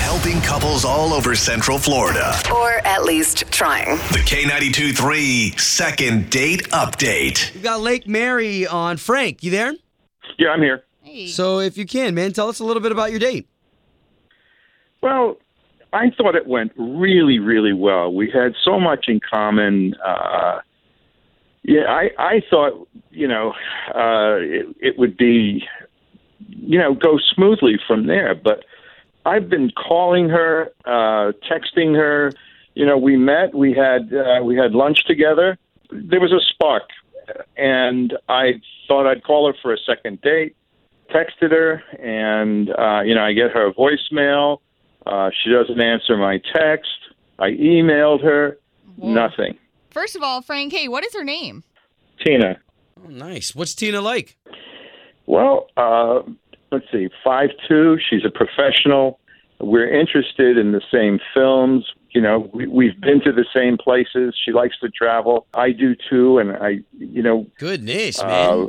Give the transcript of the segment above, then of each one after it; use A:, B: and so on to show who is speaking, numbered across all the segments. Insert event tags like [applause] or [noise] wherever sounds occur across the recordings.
A: helping couples all over Central Florida.
B: Or at least trying.
A: The K92 3 Second Date Update.
C: We've got Lake Mary on. Frank, you there?
D: Yeah, I'm here.
C: So if you can, man, tell us a little bit about your date.
D: Well, I thought it went really, really well. We had so much in common. Uh, yeah, I, I thought, you know, uh, it, it would be, you know, go smoothly from there. But I've been calling her, uh, texting her. You know, we met, we had uh, we had lunch together. There was a spark, and I thought I'd call her for a second date. Texted her, and uh, you know, I get her voicemail. Uh, she doesn't answer my text. I emailed her.
E: Whoa.
D: Nothing.
E: First of all, Frank, hey, what is her name?
D: Tina.
C: Oh, nice. What's Tina like?
D: Well, uh, let's see, five two. She's a professional. We're interested in the same films. You know, we, we've been to the same places. She likes to travel. I do too, and I, you know,
C: Goodness, man.
D: uh,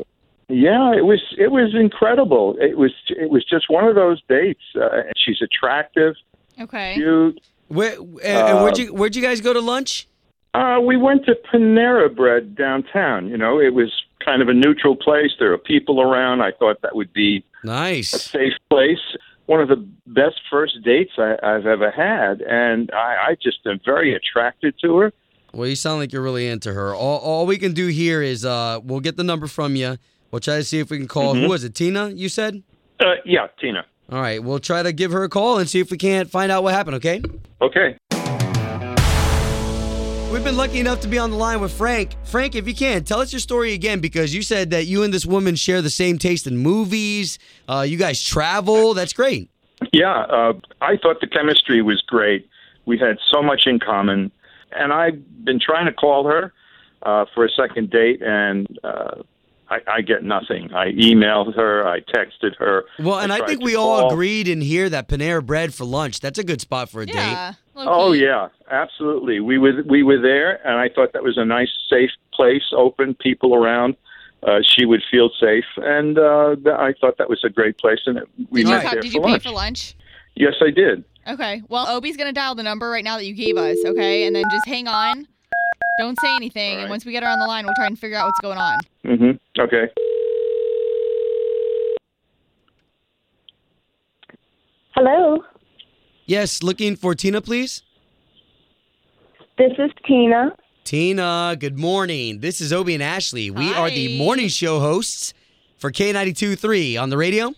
D: yeah, it was it was incredible. It was it was just one of those dates. Uh, she's attractive,
E: Okay.
D: cute.
C: Where and, and where'd you where'd you guys go to lunch?
D: Uh, we went to Panera Bread downtown. You know, it was kind of a neutral place. There are people around. I thought that would be a
C: Nice.
D: safe place. One of the best first dates I, I've ever had, and I, I just am very attracted to her.
C: Well, you sound like you're really into her. All, all we can do here is uh, we'll get the number from you. We'll try to see if we can call. Who was it? Tina? You said.
D: Uh, yeah, Tina.
C: All right, we'll try to give her a call and see if we can't find out what happened. Okay.
D: Okay.
C: We've been lucky enough to be on the line with Frank. Frank, if you can, tell us your story again because you said that you and this woman share the same taste in movies. Uh, you guys travel. That's great.
D: Yeah, uh, I thought the chemistry was great. We had so much in common, and I've been trying to call her uh, for a second date, and uh, I, I get nothing. I emailed her, I texted her.
C: Well, and I,
D: tried
C: think
D: to
C: we all
D: call.
C: agreed in here that Panera Bread for lunch, that's a good spot for a date.
E: Yeah. low-key.
D: Oh yeah, absolutely. We were we were there, and I thought that was a nice, safe place, open, people around. Uh, she would feel safe, and uh, th- I thought that was a great place. And it- we
E: Did you,
D: met
E: co-
D: there
E: did
D: for
E: you pay
D: lunch.
E: for lunch?
D: Yes, I did.
E: Okay. Well, Obi's going to dial the number right now that you gave us, okay? And then just hang on. Don't say anything.
D: Alright.
E: And once we get her on the line, we'll try and figure out what's going on.
D: Mm-hmm. Okay.
F: Hello,
C: Yes, looking for Tina, please.
F: this is Tina.
C: Tina, good morning. This is Obie and Ashley. We are the
E: Hi.
C: morning show hosts for K92 3 on the radio.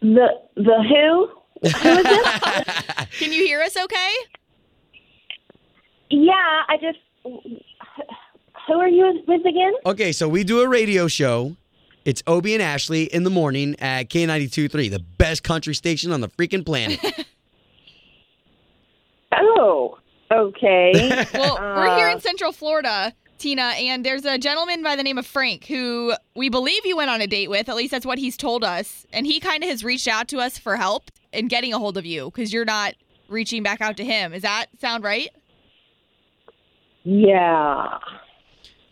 F: The the who?
E: Can you hear us okay?
F: Yeah, I just. Who are you with again?
C: Okay, so we do a radio show. It's Obie and Ashley in the morning at K92.3, the best country station on the freaking planet.
F: Oh, okay.
E: Well, we're here
F: Uh.
E: in Central Florida, Tina, and there's a gentleman by the name of Frank who we believe you went on a date with. At least that's what he's told us. And he kind of has reached out to us for help in getting a hold of you because you're not reaching back out to him. Is that sound right?
F: yeah.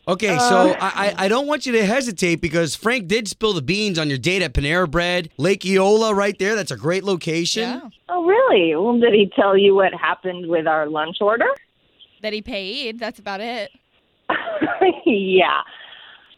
C: Okay, so I, I, I don't want you to hesitate because Frank did spill the beans on your date at Panera Bread, Lake Eola, right there. That's a great location.
F: Oh, really? Well, did he tell you what happened with our lunch order? [laughs]
E: That he paid. That's about it.
F: yeah.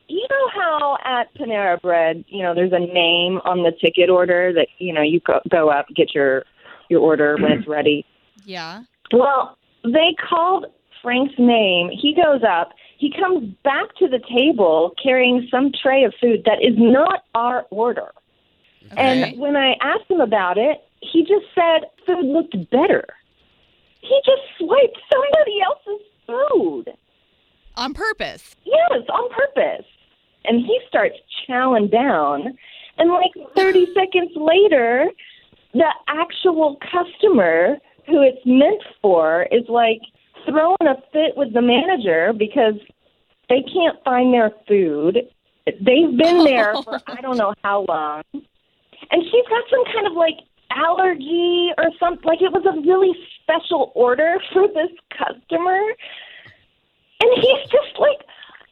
F: You know how at Panera Bread, you know, there's a name on the ticket order that you know you go, go up, get your your order when it's ready.
E: Yeah.
F: Well, they called Frank's name. He goes up. He comes back to the table carrying some tray of food that is not our order.
E: Okay.
F: And when I asked him about it, he just said food looked better. He just swiped somebody else's food.
E: On purpose.
F: Yes, on purpose. And he starts chowing down. And like 30 seconds later, the actual customer who it's meant for is like throwing a fit with the manager because they can't find their food. They've been there for I don't know how long. And she's got some kind of like allergy or something. Like it was a really special order [laughs] for this customer and he's just like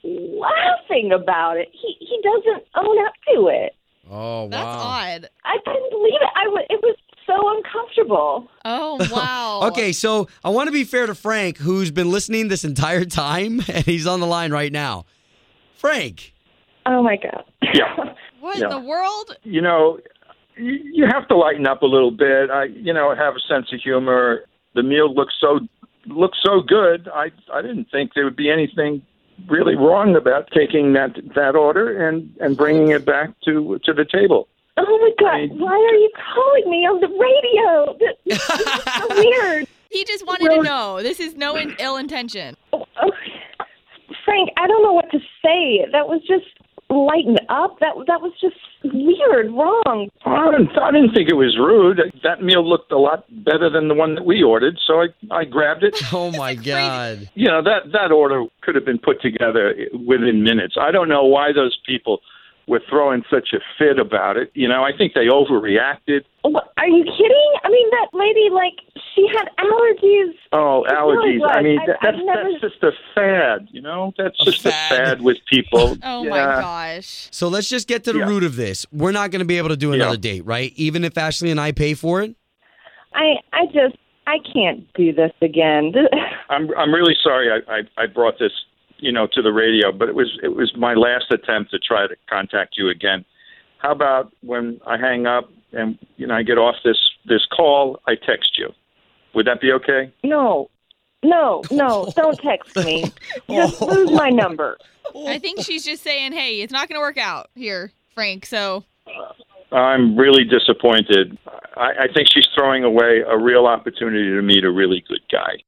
F: laughing about it. He he doesn't own up to it.
C: Oh, wow.
E: That's odd.
F: I couldn't believe it. I w- it was so table.
E: Oh [laughs] wow.
C: Okay, so I want to be fair to Frank, who's been listening this entire time, [laughs] and he's on the line right now. Frank,
F: Oh my god.
E: [laughs]
D: Yeah.
E: What
D: Yeah.
E: in the world?
D: you know, you you have to lighten up a little bit. I, you know, have a sense of humor. The meal looked so looked so good. I I didn't think there would be anything really wrong about taking that that order and and bringing it back to to the table.
F: Oh my
D: I-
F: god. Why are you calling me on the radio? This, this is so weird.
E: He just wanted to
F: Well-
E: know. This is no in- ill intention.
F: Oh, oh, Frank, I don't know what to say. That was just lighten up. That that was just weird, wrong.
D: I didn't, I didn't think it was rude. That meal looked a lot better than the one that we ordered, so I I grabbed it.
C: oh my God.
D: You know that that order could have been put together within minutes. I don't know why those people were throwing such a fit about it. You know, I think they overreacted.
F: What, are you kidding? I mean, that lady, like, she had allergies.
D: Oh,
F: It really
D: allergies! I
F: was.
D: mean,
F: I-
D: that,
F: I've
D: that's
F: never-
D: that's just a fad, you know. That's
C: A
D: just
C: fad.
D: a fad with people.
E: Oh
D: yeah.
E: my gosh.
C: So let's just get to the
D: Yeah.
C: root of this. We're not going to be able to do another
D: Yeah.
C: date, right? Even if Ashley and I pay for it?
F: I, I just, I can't do this again. [laughs]
D: I'm I'm really sorry. I, I I brought this, you know, to the radio, but it was it was my last attempt to try to contact you again. How about when I hang up and you know I get off this this call, I text you. Would that be okay?
F: No, no, no, don't text me. Just lose my number.
E: I [laughs] think she's just saying, "Hey, it's not going to work out here, Frank." So
D: I'm really disappointed. I, I think she's throwing away a real opportunity to meet a really good guy.